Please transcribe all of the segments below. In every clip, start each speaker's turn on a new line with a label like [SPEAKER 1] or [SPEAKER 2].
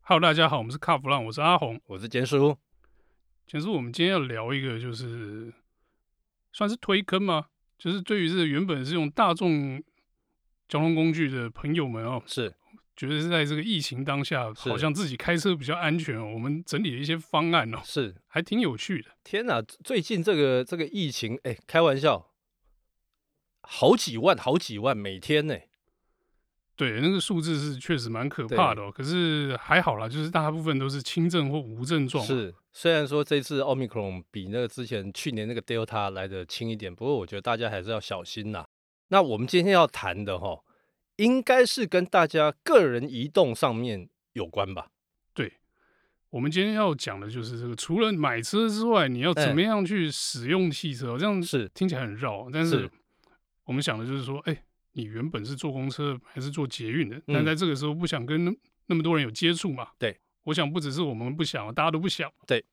[SPEAKER 1] Hello，大家好，我们是卡弗浪，我是阿红。
[SPEAKER 2] 我是简叔，
[SPEAKER 1] 其实我们今天要聊一个，就是算是推坑吗？就是对于这原本是用大众交通工具的朋友们哦，
[SPEAKER 2] 是
[SPEAKER 1] 觉得是在这个疫情当下，
[SPEAKER 2] 是
[SPEAKER 1] 好像自己开车比较安全哦。我们整理了一些方案哦，
[SPEAKER 2] 是，
[SPEAKER 1] 还挺有趣的。
[SPEAKER 2] 天哪！最近这个这个疫情，哎，开玩笑，好几万，好几万每天呢。
[SPEAKER 1] 对，那个数字是确实蛮可怕的哦。可是还好啦，就是大部分都是轻症或无症状嘛。哦
[SPEAKER 2] 是，虽然说这次 Omicron 比那个之前去年那个 Delta 来的轻一点，不过我觉得大家还是要小心啦。那我们今天要谈的哈，应该是跟大家个人移动上面有关吧？
[SPEAKER 1] 对，我们今天要讲的就是这个，除了买车之外，你要怎
[SPEAKER 2] 哎
[SPEAKER 1] 么样去使用汽车哦？这样
[SPEAKER 2] 是
[SPEAKER 1] 听起来很绕，但
[SPEAKER 2] 是
[SPEAKER 1] 是我们想的就是说，哎、你原本是坐公车还是坐捷运的？但在这个时候不想跟那那么多人有接触嘛？
[SPEAKER 2] 嗯对，
[SPEAKER 1] 我想不只是我们不想，啊大家都不想。
[SPEAKER 2] 对，
[SPEAKER 1] 因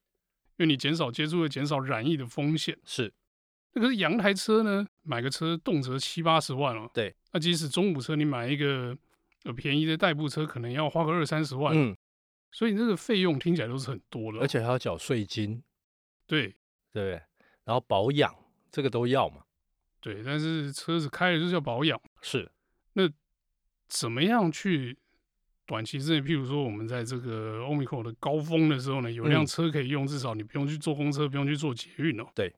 [SPEAKER 1] 为你减少接触会减少染疫的风险。
[SPEAKER 2] 是
[SPEAKER 1] 那可是阳台车呢，买个车动辄七八十万哦。
[SPEAKER 2] 对，
[SPEAKER 1] 那即使中古车，你买一个呃便宜的代步车，可能要花个二三十万。
[SPEAKER 2] 嗯，
[SPEAKER 1] 所以这个费用听起来都是很多的哦，
[SPEAKER 2] 而且还要缴税金，
[SPEAKER 1] 对
[SPEAKER 2] 对不对？然后保养这个都要嘛？
[SPEAKER 1] 对，但是车子开了就是要保养，
[SPEAKER 2] 是
[SPEAKER 1] 怎么样去短期之内，譬如说我们在这个 Omicron 的高峰的时候呢，有一辆
[SPEAKER 2] 嗯
[SPEAKER 1] 车可以用，至少你不用去坐公车，不用去坐捷运哦。
[SPEAKER 2] 对，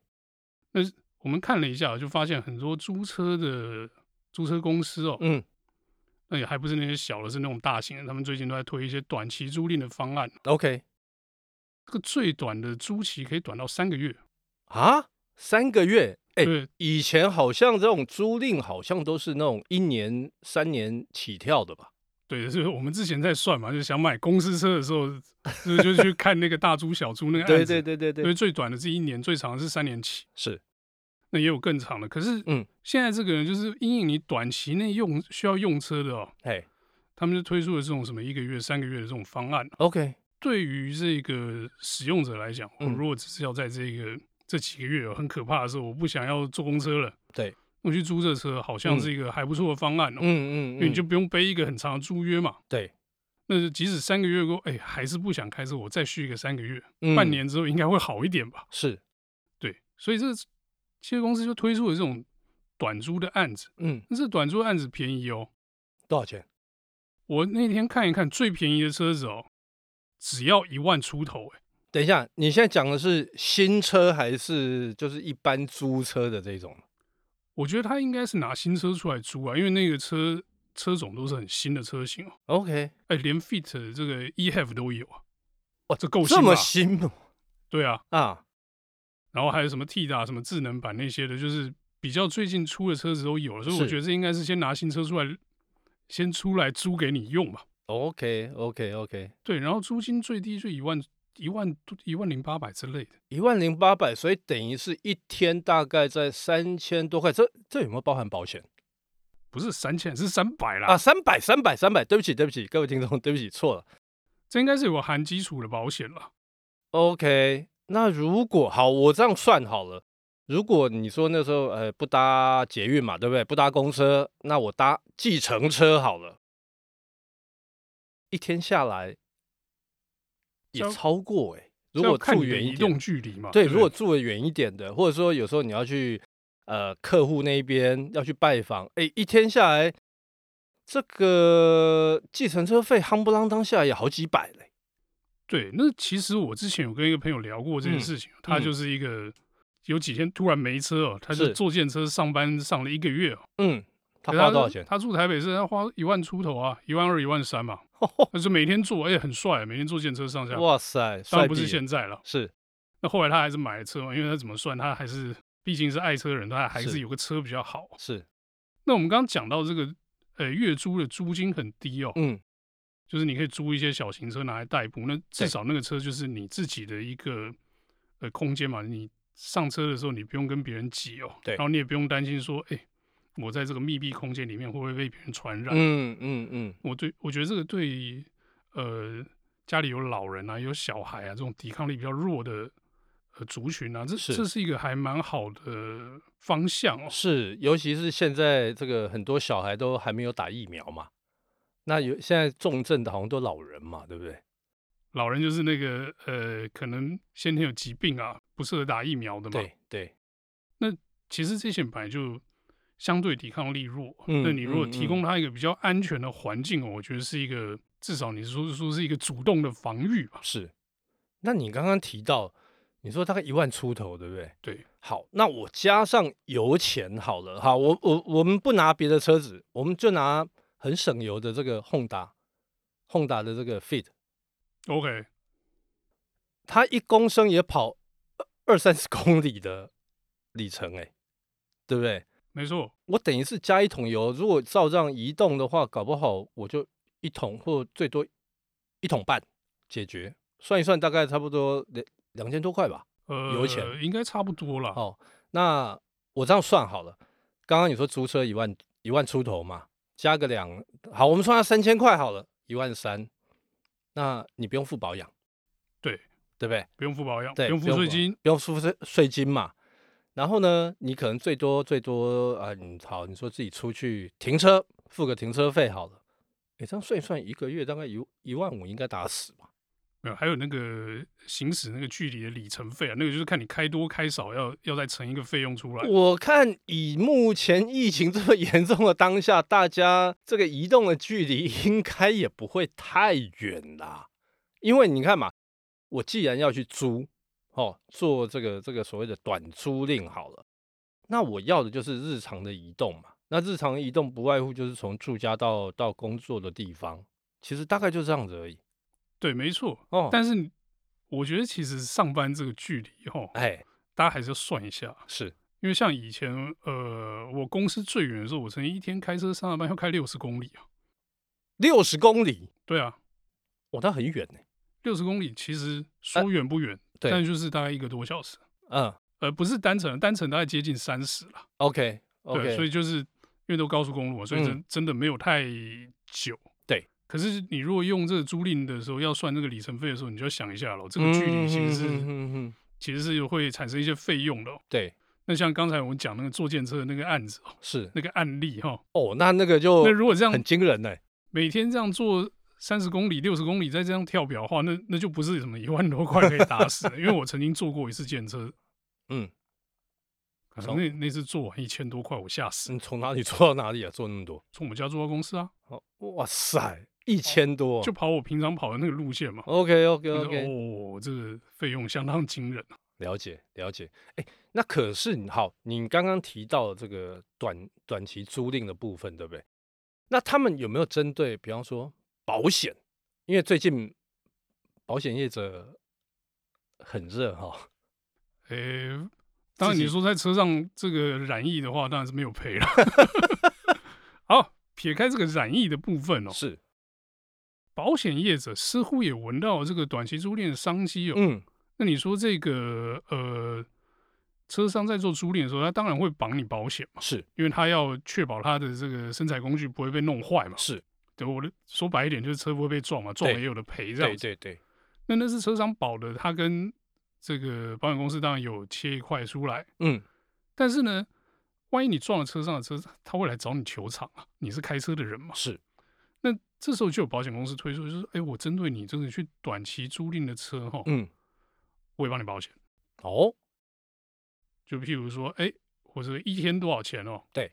[SPEAKER 1] 那我们看了一下，就发现很多租车的租车公司哦，
[SPEAKER 2] 嗯
[SPEAKER 1] 那也还不是那些小的，是那种大型的，他们最近都在推一些短期租赁的方案。
[SPEAKER 2] ，OK
[SPEAKER 1] 这个最短的租期可以短到三个月，
[SPEAKER 2] 啊，三个月，哎、
[SPEAKER 1] 对
[SPEAKER 2] 以前好像这种租赁好像都是那种一年、三年起跳的吧？
[SPEAKER 1] 对，就是我们之前在算嘛，就是想买公司车的时候，就是就是去看那个大租小租那个案
[SPEAKER 2] 对
[SPEAKER 1] 子，
[SPEAKER 2] 对对对
[SPEAKER 1] 因为
[SPEAKER 2] 对，
[SPEAKER 1] 最短的是一年，最长的是三年起，
[SPEAKER 2] 是
[SPEAKER 1] 那也有更长的。可是，
[SPEAKER 2] 嗯，
[SPEAKER 1] 现在这个人就是因应你短期内用需要用车的哦，
[SPEAKER 2] 哎
[SPEAKER 1] 他们就推出了这种什么一个月、三个月的这种方案。
[SPEAKER 2] ，OK，
[SPEAKER 1] 对于这个使用者来讲，我
[SPEAKER 2] 嗯
[SPEAKER 1] 如果只是要在这个这几个月、哦、很可怕的时候，我不想要坐公车了，
[SPEAKER 2] 对，
[SPEAKER 1] 我去租这车好像
[SPEAKER 2] 嗯
[SPEAKER 1] 是一个还不错的方案哦，
[SPEAKER 2] 嗯嗯，
[SPEAKER 1] 因为你
[SPEAKER 2] 嗯
[SPEAKER 1] 就不用背一个很长的租约嘛。
[SPEAKER 2] 对，
[SPEAKER 1] 那即使三个月过，哎、还是不想开车，我再续一个三个月，
[SPEAKER 2] 嗯
[SPEAKER 1] 半年之后应该会好一点吧？
[SPEAKER 2] 是，
[SPEAKER 1] 对，所以这个汽车公司就推出了这种短租的案子，
[SPEAKER 2] 嗯，
[SPEAKER 1] 但是短租案子便宜哦。
[SPEAKER 2] 多少钱？
[SPEAKER 1] 我那天看一看，最便宜的车子哦，只要一万出头、哎，
[SPEAKER 2] 等一下，你现在讲的是新车还是就是一般租车的这种？
[SPEAKER 1] 我觉得他应该是拿新车出来租啊，因为那个车车种都是很新的车型哦。
[SPEAKER 2] OK，
[SPEAKER 1] 哎、连 Fit 这个 EHEV 都有啊，哇，这够新
[SPEAKER 2] 哦这么
[SPEAKER 1] 吧？
[SPEAKER 2] 新吗
[SPEAKER 1] 对啊，
[SPEAKER 2] 啊？
[SPEAKER 1] 然后还有什么 T 打什么智能版那些的，就是比较最近出的车子都有了，所以我
[SPEAKER 2] 是
[SPEAKER 1] 觉得这应该是先拿新车出来，先出来租给你用吧。
[SPEAKER 2] OK OK OK，
[SPEAKER 1] 对，然后租金最低就一万一万一万零八百之类的，
[SPEAKER 2] 一万零八百，所以等于是一天大概在三千多块，这这有没有包含保险
[SPEAKER 1] 不是三千是三百啦，
[SPEAKER 2] 啊？三百三百三百，对不起对不起，各位听众， 对不起错了。
[SPEAKER 1] 这应该是有个含基础的保险啦。
[SPEAKER 2] OK，那如果好，我这样算好了。如果你说那时候呃不搭捷运嘛，对不对？不搭公车，那我搭计程车好了。一天下来也
[SPEAKER 1] 这样
[SPEAKER 2] 超过哎、如
[SPEAKER 1] 这要
[SPEAKER 2] 果
[SPEAKER 1] 看
[SPEAKER 2] 住
[SPEAKER 1] 你的
[SPEAKER 2] 远一
[SPEAKER 1] 移
[SPEAKER 2] 点
[SPEAKER 1] 动，距离嘛，
[SPEAKER 2] 对，
[SPEAKER 1] 不
[SPEAKER 2] 如果住的远一点的，或者说有时候你要去呃客户那边要去拜访，哎，一天下来这个计程车费夯不啷当下来也好几百嘞、
[SPEAKER 1] 对，那其实我之前有跟一个朋友聊过这件
[SPEAKER 2] 嗯
[SPEAKER 1] 事情，他
[SPEAKER 2] 嗯
[SPEAKER 1] 就是一个有几天突然没车哦，他就是坐电车上班上了一个月哦，
[SPEAKER 2] 嗯，他
[SPEAKER 1] 可是
[SPEAKER 2] 花多少 钱？
[SPEAKER 1] 他住台北市，他花一万出头啊，一万二、一万三嘛。那就每天坐，哎、很帅，每天坐电车上下。
[SPEAKER 2] 哇塞，
[SPEAKER 1] 啊当
[SPEAKER 2] 帅
[SPEAKER 1] 然不
[SPEAKER 2] 毙
[SPEAKER 1] 是
[SPEAKER 2] 了
[SPEAKER 1] 现在了。
[SPEAKER 2] 是
[SPEAKER 1] 那后来他还是买了车嘛，因为他怎么算，他还是毕竟是爱车人，他还是
[SPEAKER 2] 是
[SPEAKER 1] 有个车比较好。
[SPEAKER 2] 是，
[SPEAKER 1] 那我们刚刚讲到这个，呃，月租的租金很低哦，
[SPEAKER 2] 嗯，
[SPEAKER 1] 就是你可以租一些小型车拿来代步，那至
[SPEAKER 2] 对
[SPEAKER 1] 少那个车就是你自己的一个呃空间嘛，你上车的时候你不用跟别人挤哦，
[SPEAKER 2] 对
[SPEAKER 1] 然后你也不用担心说，哎、我在这个密闭空间里面会不会被别人传染？
[SPEAKER 2] 嗯嗯嗯，
[SPEAKER 1] 我对我觉得这个对于呃家里有老人啊、有小孩啊这种抵抗力比较弱的呃族群啊，这
[SPEAKER 2] 是
[SPEAKER 1] 这是一个还蛮好的方向哦。
[SPEAKER 2] 是，尤其是现在这个很多小孩都还没有打疫苗嘛，那有现在重症的好像都老人嘛，对不对？
[SPEAKER 1] 老人就是那个呃，可能先天有疾病啊，不适合打疫苗的嘛。
[SPEAKER 2] 对对，
[SPEAKER 1] 其实这些本来就相对抵抗力弱，
[SPEAKER 2] 嗯
[SPEAKER 1] 那你如果
[SPEAKER 2] 嗯
[SPEAKER 1] 提供他一个比较安全的环境，哦我觉得是一个至少你说说是一个主动的防御吧。
[SPEAKER 2] 是。那你刚刚提到，你说大概一万出头，对不对？
[SPEAKER 1] 对，
[SPEAKER 2] 好，那我加上油钱好了，哈，我我我们不拿别的车子，我们就拿很省油的这个 Honda，Honda 的这个 Fit，
[SPEAKER 1] OK，
[SPEAKER 2] 它一公升也跑二二三十公里的里程、欸，对不对？
[SPEAKER 1] 没错，
[SPEAKER 2] 我等于是加一桶油，如果照这样移动的话，搞不好我就一桶或最多一桶半解决，算一算大概差不多两两千多块吧。
[SPEAKER 1] 呃，
[SPEAKER 2] 油钱
[SPEAKER 1] 应该差不多啦。
[SPEAKER 2] 哦，那我这样算好了，刚刚你说租车一万一万出头嘛，加个两，好，我们算它三千块好了，一万三，那你不用付保养，
[SPEAKER 1] 对
[SPEAKER 2] 对不对？
[SPEAKER 1] 不用付保养，不
[SPEAKER 2] 对，
[SPEAKER 1] 用付税
[SPEAKER 2] 保
[SPEAKER 1] 金，
[SPEAKER 2] 不用付税税金嘛。然后呢，你可能最多最多啊，你好，你说自己出去停车，付个停车费好了。你这样算一算，一个月大概一一万五应该打死吧？
[SPEAKER 1] 没呃有，还有那个行驶那个距离的里程费啊，那个就是看你开多开少，要要再乘一个费用出来。
[SPEAKER 2] 我看以目前疫情这么严重的当下，大家这个移动的距离应该也不会太远啦。因为你看嘛，我既然要去租，哦，做这个这个所谓的短租赁好了，那我要的就是日常的移动嘛。那日常移动不外乎就是从住家到到工作的地方，其实大概就这样子而已。
[SPEAKER 1] 对，没错。
[SPEAKER 2] 哦，
[SPEAKER 1] 但是你我觉得其实上班这个距离哈，
[SPEAKER 2] 哎，
[SPEAKER 1] 大家还是要算一下，
[SPEAKER 2] 是
[SPEAKER 1] 因为像以前呃，我公司最远的时候，我曾经一天开车上下班要开六十公里啊。
[SPEAKER 2] 六十公里，
[SPEAKER 1] 对啊，
[SPEAKER 2] 哦，那很远呢、
[SPEAKER 1] 六十公里其实说远不远，
[SPEAKER 2] 呃对
[SPEAKER 1] 但就是大概一个多小时，
[SPEAKER 2] 嗯
[SPEAKER 1] 呃，不是单程，单程大概接近三十了。
[SPEAKER 2] ，OK OK，
[SPEAKER 1] 对，所以就是因为都高速公路嘛，所以真、
[SPEAKER 2] 嗯
[SPEAKER 1] 真的没有太久。
[SPEAKER 2] 对，
[SPEAKER 1] 可是你如果用这个租赁的时候要算这个里程费的时候，你就要想一下咯，这个距离其实是、
[SPEAKER 2] 嗯哼哼哼哼
[SPEAKER 1] 其实是会产生一些费用的哦、
[SPEAKER 2] 对，
[SPEAKER 1] 那像刚才我们讲那个坐电车的那个案子哦，
[SPEAKER 2] 是
[SPEAKER 1] 那个案例哈、
[SPEAKER 2] 哦，那那个就
[SPEAKER 1] 那如果这样
[SPEAKER 2] 很惊人呢、
[SPEAKER 1] 每天这样做三十公里、六十公里，再这样跳表的话，那那就不是什么一万多块可以打死 的。因为我曾经坐过一次电车，
[SPEAKER 2] 嗯，
[SPEAKER 1] 可
[SPEAKER 2] 从
[SPEAKER 1] 能那那次坐完一千多块，我吓死。
[SPEAKER 2] 你嗯从哪里 做到哪里啊？做那么多？
[SPEAKER 1] 从我们家坐到公司啊，
[SPEAKER 2] 哦，哇塞，一千多！
[SPEAKER 1] 哦就跑我平常跑的那个路线嘛。
[SPEAKER 2] OK OK
[SPEAKER 1] 我就
[SPEAKER 2] OK，、
[SPEAKER 1] 哦，这个费用相当惊人啊。
[SPEAKER 2] 了解了解。哎，那可是你好，你刚刚提到的这个短短期租赁的部分，对不对？那他们有没有针对，比方说保险？因为最近保险业者很热哈、
[SPEAKER 1] 诶、当然
[SPEAKER 2] 自己
[SPEAKER 1] 你说在车上这个染疫的话，当然是没有赔 了。好，撇开这个染疫的部分哦，
[SPEAKER 2] 是，
[SPEAKER 1] 保险业者似乎也闻到这个短期租赁的商机哦。
[SPEAKER 2] 嗯，
[SPEAKER 1] 那你说这个呃，车商在做租赁的时候，他当然会绑你保险嘛，
[SPEAKER 2] 是
[SPEAKER 1] 因为他要确保他的这个生产工具不会被弄坏嘛。
[SPEAKER 2] 是，
[SPEAKER 1] 对，我的说白一点就是车不会被撞嘛，撞了
[SPEAKER 2] 对
[SPEAKER 1] 也有的赔这
[SPEAKER 2] 对
[SPEAKER 1] 样子。
[SPEAKER 2] 对对，
[SPEAKER 1] 那那是车商保的，他跟这个保险公司当然有切一块出来，
[SPEAKER 2] 嗯，
[SPEAKER 1] 但是呢，万一你撞了车上的车，他会来找你求偿啊，你是开车的人嘛。
[SPEAKER 2] 是
[SPEAKER 1] 那这时候就有保险公司推出，就是哎，我针对你这个去短期租赁的车哈，
[SPEAKER 2] 嗯，
[SPEAKER 1] 我也帮你保险。
[SPEAKER 2] 哦，
[SPEAKER 1] 就譬如说，哎、我这个一天多少钱哦？
[SPEAKER 2] 对，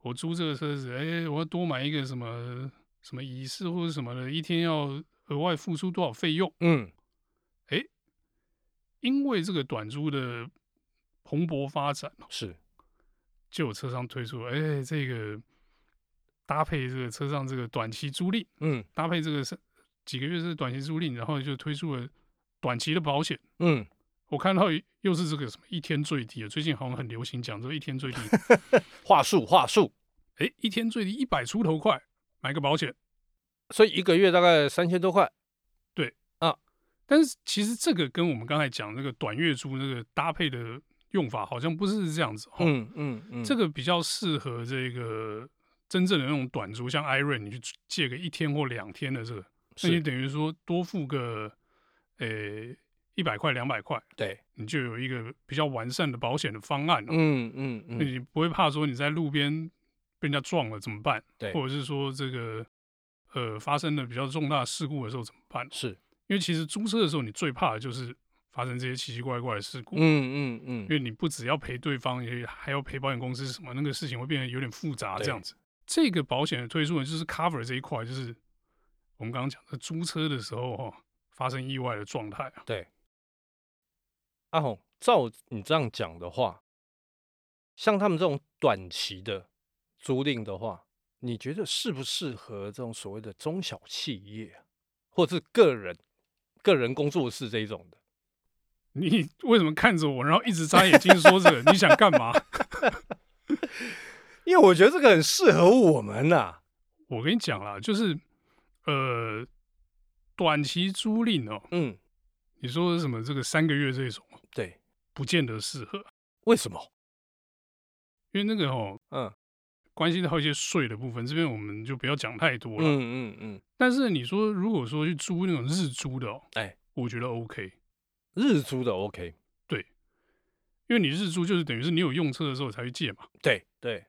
[SPEAKER 1] 我租这个车子，哎、我要多买一个什么什么仪式或者什么的，一天要额外付出多少费用？
[SPEAKER 2] 嗯，
[SPEAKER 1] 因为这个短租的蓬勃发展哦，
[SPEAKER 2] 是
[SPEAKER 1] 就有车商推出，哎、这个搭配这个车上这个短期租赁，
[SPEAKER 2] 嗯
[SPEAKER 1] 搭配这个是几个月是短期租赁，然后就推出了短期的保险。
[SPEAKER 2] 嗯，
[SPEAKER 1] 我看到又是这个什么一天最低，啊最近好像很流行讲这个一天最 低，
[SPEAKER 2] 话术话术，
[SPEAKER 1] 哎，一天最低一百出头块买个保险，
[SPEAKER 2] 所以一个月大概三千多块。
[SPEAKER 1] 但是其实这个跟我们刚才讲那个短月租那个搭配的用法好像不是这样子、哦，
[SPEAKER 2] 嗯嗯嗯，
[SPEAKER 1] 这个比较适合这个真正的那种短租，像 Iron 你去借个一天或两天的这个，那你
[SPEAKER 2] 是
[SPEAKER 1] 等于说多付个呃一百块两百块，
[SPEAKER 2] 对，
[SPEAKER 1] 你就有一个比较完善的保险的方案、哦，
[SPEAKER 2] 嗯嗯嗯，
[SPEAKER 1] 你不会怕说你在路边被人家撞了怎么办，
[SPEAKER 2] 对
[SPEAKER 1] 或者是说这个呃发生了比较重大事故的时候怎么办？
[SPEAKER 2] 是
[SPEAKER 1] 因为其实租车的时候，你最怕的就是发生这些奇奇怪怪的事故，
[SPEAKER 2] 嗯嗯
[SPEAKER 1] 因
[SPEAKER 2] 嗯，
[SPEAKER 1] 为你不只要赔对方，也还要赔保险公司什么，那个事情会变得有点复杂
[SPEAKER 2] 对
[SPEAKER 1] 这样子。这个保险的推出呢，就是 cover 这一块，就是我们刚刚讲的租车的时候哈、哦、发生意外的状态啊。
[SPEAKER 2] 阿红，照你这样讲的话，像他们这种短期的租赁的话，你觉得适不适合这种所谓的中小企业啊，或者是个人、个人工作室这一种的？
[SPEAKER 1] 你为什么看着我，然后一直眨眼睛说这个？你想干 嘛？
[SPEAKER 2] 因为我觉得这个很适合我们呐、
[SPEAKER 1] 我跟你讲啦，就是呃，短期租赁哦，
[SPEAKER 2] 嗯，
[SPEAKER 1] 你说是什么这个三个月这种，
[SPEAKER 2] 对，
[SPEAKER 1] 不见得适合，
[SPEAKER 2] 为什么？
[SPEAKER 1] 因为那个哦，
[SPEAKER 2] 嗯
[SPEAKER 1] 关系到一些税的部分，这边我们就不要讲太多了。
[SPEAKER 2] 嗯嗯嗯，
[SPEAKER 1] 但是你说如果说去租那种日租的哦，
[SPEAKER 2] 哎，
[SPEAKER 1] 我觉得 OK，
[SPEAKER 2] 日租的 OK，
[SPEAKER 1] 因为你日租就是等于是你有用车的时候才去借嘛，
[SPEAKER 2] 对对，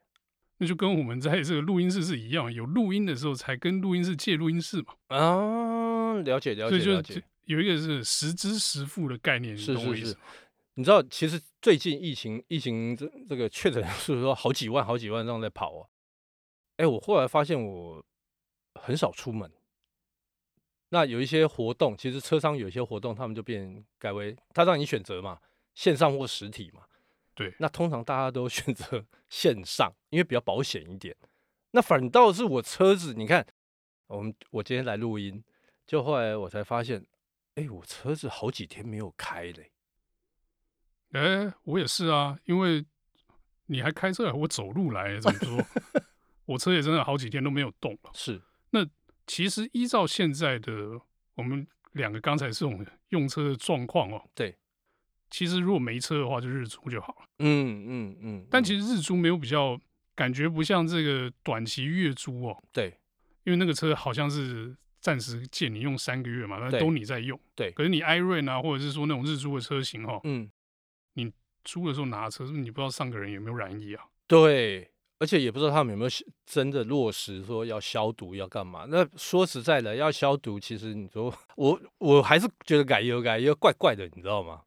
[SPEAKER 1] 那就跟我们在这个录音室是一样，有录音的时候才跟录音室借录音室嘛，
[SPEAKER 2] 啊，了解了
[SPEAKER 1] 所
[SPEAKER 2] 解
[SPEAKER 1] 以就
[SPEAKER 2] 了
[SPEAKER 1] 是
[SPEAKER 2] 解
[SPEAKER 1] 这。有一个是实支实付的概念，你
[SPEAKER 2] 是
[SPEAKER 1] 懂我
[SPEAKER 2] 是
[SPEAKER 1] 意思
[SPEAKER 2] 是
[SPEAKER 1] 吗？，
[SPEAKER 2] 你知道，其实最近疫情疫情这这个确诊数说好几万好几万这样在跑啊。哎，我后来发现我很少出门。那有一些活动，其实车商有一些活动，他们就变改为他让你选择嘛，线上或实体嘛。
[SPEAKER 1] 对
[SPEAKER 2] 那通常大家都 选择线上，因为比较保险一点。那反倒是我车子，你看，我们我今天来录音，就后来我才发现，哎，我车子好几天没有开嘞。
[SPEAKER 1] 哎、我也是啊，因为你还开车来，我走路来，怎么 说？我车也真的好几天都没有动了。
[SPEAKER 2] 是，
[SPEAKER 1] 其实依照现在的我们两个刚才这种用车的状况哦，
[SPEAKER 2] 对，
[SPEAKER 1] 其实如果没车的话就日租就好了。
[SPEAKER 2] 嗯嗯嗯，
[SPEAKER 1] 但
[SPEAKER 2] 嗯
[SPEAKER 1] 其实日租没有比较，感觉不像这个短期月租哦，
[SPEAKER 2] 对
[SPEAKER 1] 因为那个车好像是暂时借你用三个月嘛，那
[SPEAKER 2] 对
[SPEAKER 1] 都你在用。
[SPEAKER 2] 对
[SPEAKER 1] 可是你 iRent 啊，或者是说那种日租的车型哦，
[SPEAKER 2] 嗯
[SPEAKER 1] 租的时候拿车，是不是你不知道上个人有没有染疫啊？
[SPEAKER 2] 对，而且也不知道他们有没有是真的落实说要消毒要干嘛。那说实在的，要消毒，其实你说我我还是觉得改油改油怪怪的，你知道吗？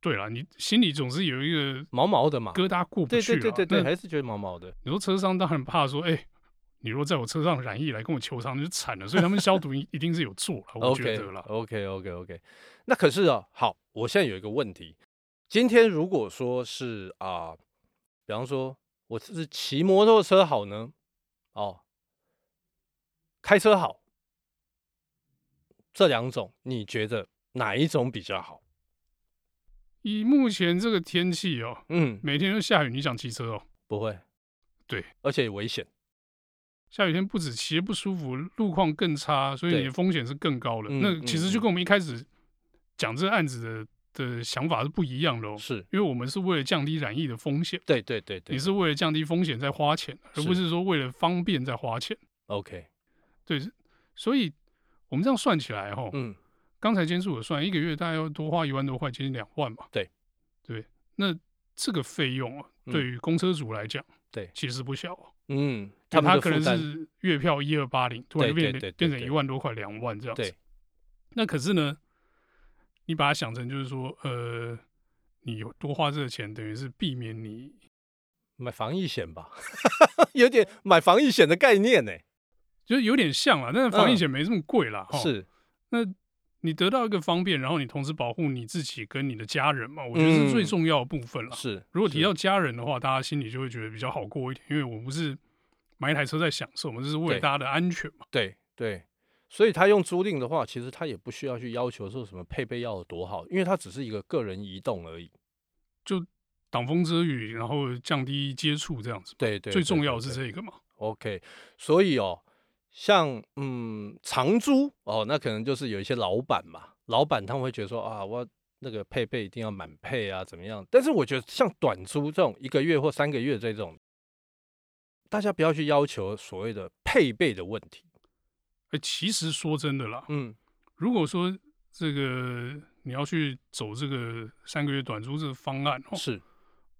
[SPEAKER 1] 对啦，你心里总是有一个
[SPEAKER 2] 毛毛的嘛，
[SPEAKER 1] 疙瘩过不
[SPEAKER 2] 对
[SPEAKER 1] 去
[SPEAKER 2] 对
[SPEAKER 1] 啊。
[SPEAKER 2] 对对对，
[SPEAKER 1] 那
[SPEAKER 2] 还是觉得毛毛的。
[SPEAKER 1] 你说车商当然怕说，哎、你若在我车上染疫来跟我求偿，就惨了。所以他们消毒一 定是有做了，我觉
[SPEAKER 2] OK
[SPEAKER 1] 得啦。
[SPEAKER 2] OK OK OK，那可是啊，好，我现在有一个问题，今天如果说是啊、比方说我是骑摩托车好呢，哦，开车好，这两种你觉得哪一种比较好？
[SPEAKER 1] 以目前这个天气哦，
[SPEAKER 2] 嗯，
[SPEAKER 1] 每天都下雨，你想骑车哦？
[SPEAKER 2] 不会，
[SPEAKER 1] 对，
[SPEAKER 2] 而且危险，
[SPEAKER 1] 下雨天不止骑得不舒服，路况更差，所以
[SPEAKER 2] 对
[SPEAKER 1] 你的风险是更高的。
[SPEAKER 2] 嗯
[SPEAKER 1] 那
[SPEAKER 2] 嗯
[SPEAKER 1] 其实就跟我们一开始讲这个案子的的想法是不一样的哦，
[SPEAKER 2] 是
[SPEAKER 1] 因为我们是为了降低染疫的风险，
[SPEAKER 2] 对对对对啊
[SPEAKER 1] 你是为了降低风险在花钱，而
[SPEAKER 2] 是
[SPEAKER 1] 不是说为了方便在花钱。
[SPEAKER 2] ，OK，
[SPEAKER 1] 对，所以我们这样算起来哈、哦，
[SPEAKER 2] 嗯，
[SPEAKER 1] 刚才监我算，一个月大概要多花一万多块，接近两万嘛。
[SPEAKER 2] 对，
[SPEAKER 1] 对，那这个费用啊，
[SPEAKER 2] 嗯
[SPEAKER 1] 对于公车主来讲，
[SPEAKER 2] 对
[SPEAKER 1] 其实不小啊。
[SPEAKER 2] 嗯，
[SPEAKER 1] 因为
[SPEAKER 2] 们
[SPEAKER 1] 他
[SPEAKER 2] 的
[SPEAKER 1] 可
[SPEAKER 2] 负
[SPEAKER 1] 能
[SPEAKER 2] 担，
[SPEAKER 1] 是月票一二八零，突然就
[SPEAKER 2] 对
[SPEAKER 1] 变
[SPEAKER 2] 对对
[SPEAKER 1] 成
[SPEAKER 2] 对
[SPEAKER 1] 变成
[SPEAKER 2] 对
[SPEAKER 1] 一万多块、两万这样子
[SPEAKER 2] 对。
[SPEAKER 1] 那可是呢，你把它想成就是说，呃，你有多花这个钱，等于是避免你
[SPEAKER 2] 买防疫险吧， 有点买防疫险的概念呢、
[SPEAKER 1] 就是有点像啦，但是防疫
[SPEAKER 2] 嗯
[SPEAKER 1] 险没这么贵啦。齁
[SPEAKER 2] 是，
[SPEAKER 1] 那你得到一个方便，然后你同时保护你自己跟你的家人嘛，我觉得是最
[SPEAKER 2] 嗯
[SPEAKER 1] 重要的部分了。
[SPEAKER 2] 是，
[SPEAKER 1] 如果提
[SPEAKER 2] 是
[SPEAKER 1] 到家人的话，大家心里就会觉得比较好过一点，因为我不是买一台车在享受嘛，这是为了
[SPEAKER 2] 对
[SPEAKER 1] 大家的安全嘛。
[SPEAKER 2] 对对，所以他用租赁的话，其实他也不需要去要求说什么配备要有多好，因为它只是一个个人移动而已。
[SPEAKER 1] 挡风遮雨，然后降低接触，这样子。
[SPEAKER 2] 对对
[SPEAKER 1] 最重要的
[SPEAKER 2] 这。
[SPEAKER 1] 是
[SPEAKER 2] 对
[SPEAKER 1] 这个嘛。
[SPEAKER 2] OK，所以哦，像嗯长租哦，那可能就是有一些老板嘛，老板他们会觉得说啊，我那个配备一定要满配啊，怎么样？但是我觉得像短租这种一个月或三个月这种，大家不要去要求所谓的配备的问题。
[SPEAKER 1] 哎，其实说真的啦，
[SPEAKER 2] 嗯，
[SPEAKER 1] 如果说这个你要去走这个三个月短租这个方案哦，
[SPEAKER 2] 是，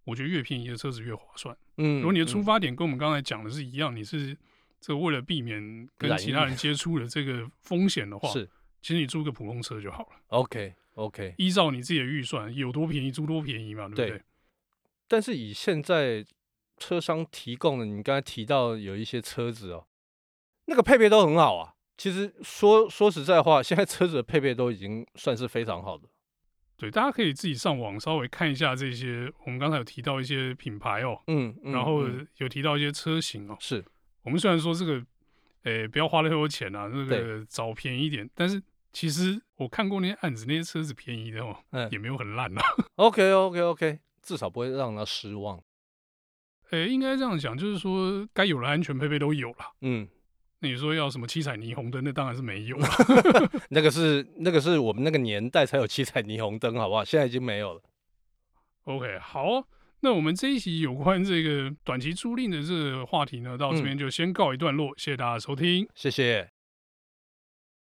[SPEAKER 1] 我觉得越便宜的车子越划算。
[SPEAKER 2] 嗯，
[SPEAKER 1] 如果你的出
[SPEAKER 2] 嗯
[SPEAKER 1] 发点跟我们刚才讲的是一样，你是这个为了避免跟
[SPEAKER 2] 染
[SPEAKER 1] 其他
[SPEAKER 2] 疫
[SPEAKER 1] 人接触的这个风险的话，
[SPEAKER 2] 是
[SPEAKER 1] 其实你租个普通车就好了，
[SPEAKER 2] OK OK，
[SPEAKER 1] 依照你自己的预算，有多便宜租多便宜嘛，对不
[SPEAKER 2] 对
[SPEAKER 1] 对？
[SPEAKER 2] 但是以现在车商提供的，你刚才提到有一些车子哦，那个配备都很好啊。其实说说实在话，现在车子的配备都已经算是非常好的。
[SPEAKER 1] 对，大家可以自己上网稍微看一下这些，我们刚才有提到一些品牌哦，
[SPEAKER 2] 嗯，嗯
[SPEAKER 1] 然后
[SPEAKER 2] 嗯
[SPEAKER 1] 有提到一些车型哦。
[SPEAKER 2] 是
[SPEAKER 1] 我们虽然说这个，诶，不要花太多钱啊，那个
[SPEAKER 2] 对
[SPEAKER 1] 找便宜一点，但是其实我看过那些案子，那些车子便宜的哦，
[SPEAKER 2] 嗯
[SPEAKER 1] 也没有很烂啊。
[SPEAKER 2] OK OK OK，至少不会让他失望。
[SPEAKER 1] 诶，应该这样讲，就是说该有的安全配备都有了。
[SPEAKER 2] 嗯，
[SPEAKER 1] 那你说要什么七彩霓虹灯，那当然是没有了。
[SPEAKER 2] 那个是那个是我们那个年代才有七彩霓虹灯，好不好？现在已经没有了。
[SPEAKER 1] OK，好哦、那我们这一期有关这个短期租赁的这个话题呢，到这边就先告一段落，谢谢大家收听。
[SPEAKER 2] 谢谢。